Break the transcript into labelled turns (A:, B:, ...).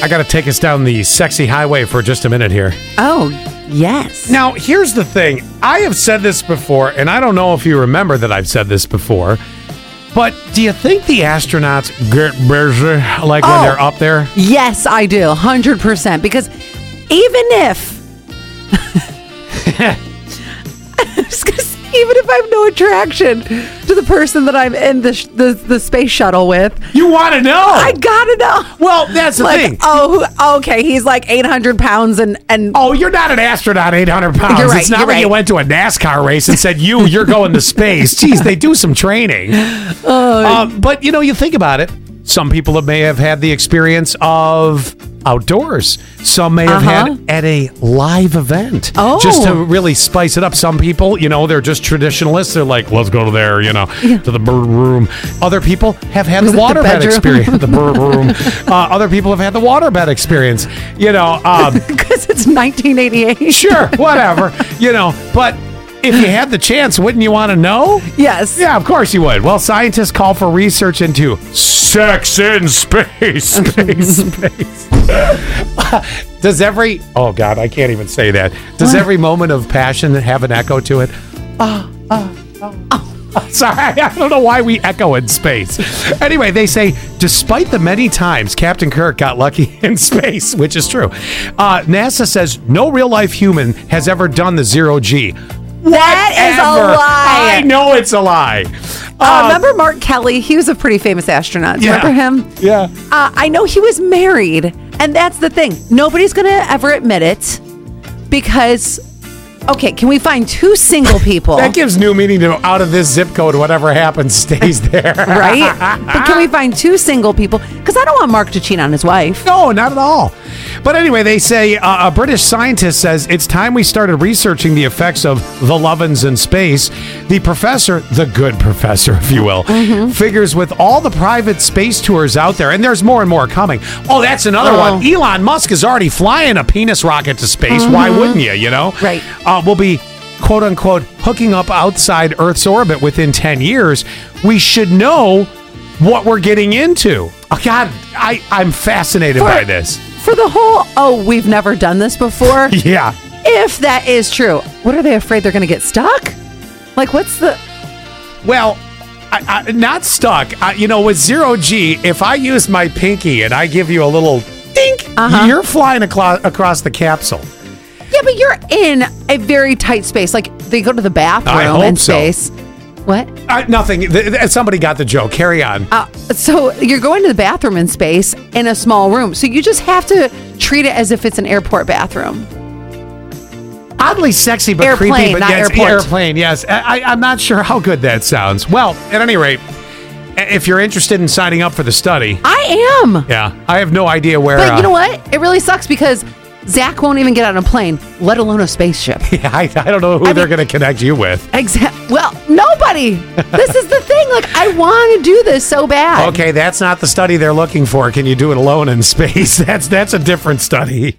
A: I got to take us down the sexy highway for just a minute here.
B: Oh, yes.
A: Now, here's the thing. I have said this before, and I don't know if you remember that I've said this before, but do you think the astronauts get busy like when
B: Oh.
A: they're up there?
B: Yes, I do. 100%. Because even if. I was gonna say, even if I have no attraction to the person that I'm in the, sh- the, the space shuttle with,
A: You want to know?
B: I gotta know.
A: Oh. well, that's the
B: like,
A: thing.
B: oh, who- okay, he's like 800 pounds and. and
A: Oh, you're not an astronaut, 800 pounds.
B: You're right,
A: it's not
B: you're
A: when you
B: right.
A: went to a NASCAR race and said, you, you're going to space. Geez, they do some training.
B: Uh,
A: Um, but, you know, you think about it. Some people may have had the experience of outdoors. Some may have
B: Uh-huh.
A: had at a live event.
B: Oh.
A: Just to really spice it up. Some people, you know, they're just traditionalists. They're like, let's go to there, you know, to the bird room. Other people have had the
B: it the
A: waterbed
B: bedroom?
A: experience. The bird room. Uh, other people have had the waterbed experience. You know, um,
B: Because it's 1988.
A: sure, whatever, you know. But if you had the chance, wouldn't you want to know?
B: Yes.
A: Yeah, of course you would. Well, scientists call for research into sex in space, space, space. Does every oh god, I can't even say that. Does every moment of passion have an echo to it? Sorry, I don't know why we echo in space. Anyway, they say despite the many times Captain Kirk got lucky in space, which is true, uh, NASA says no real life human has ever done the zero G.
B: That is a
A: Ever.
B: lie.
A: I know it's a lie. Uh,
B: Uh, remember Mark Kelly? He was a pretty famous astronaut. Do you
A: Yeah.
B: Remember him?
A: Yeah.
B: Uh, I know he was married, and that's the thing. Nobody's going to ever admit it because, okay, can we find two single people?
A: That gives new meaning to out of this zip code, whatever happens stays there.
B: right? but can we find two single people? Because I don't want Mark to cheat on his wife.
A: No, not at all. But anyway, they say uh, a British scientist says it's time we started researching the effects of the lovins in space. The professor, the good professor, if you will, figures with all the private space tours out there, and there's more and more coming. Oh, that's another one. Elon Musk is already flying a penis rocket to space. Why wouldn't you? You know,
B: Right.
A: Uh, we'll be quote unquote hooking up outside Earth's orbit within ten years. We should know. What we're getting into. Oh, God, I, I'm fascinated by this.
B: For the whole, oh, we've never done this before.
A: Yeah.
B: if that is true, what are they afraid they're going to get stuck? Like, what's the.
A: Well, I, I, not stuck. I, you know, with zero G, if I use my pinky and I give you a little dink, you're flying aclo- across the capsule.
B: Yeah, but you're in a very tight space. Like, they go to the bathroom
A: hope
B: in
A: so.
B: space. What?
A: Uh, nothing. Th- th- somebody got the joke. Carry on.
B: Uh, so you're going to the bathroom in space in a small room. So you just have to treat it as if it's an airport bathroom.
A: Oddly sexy, but
B: Airplane,
A: creepy. But
B: not
A: yes,
B: airport.
A: airplane. Yes, I, I, I'm not sure how good that sounds. Well, at any rate, i- if you're interested in signing up for the study,
B: I am.
A: yeah, I have no idea where.
B: But
A: uh,
B: you know what? It really sucks because Zach won't even get on a plane, let alone a spaceship.
A: I, I don't know who
B: I
A: they're
B: mean-
A: going to connect you with.
B: Exactly. Well, nobody. this is the thing. Like, I want to do this so bad.
A: Okay, that's not the study they're looking for. Can you do it alone in space? That's that's a different study.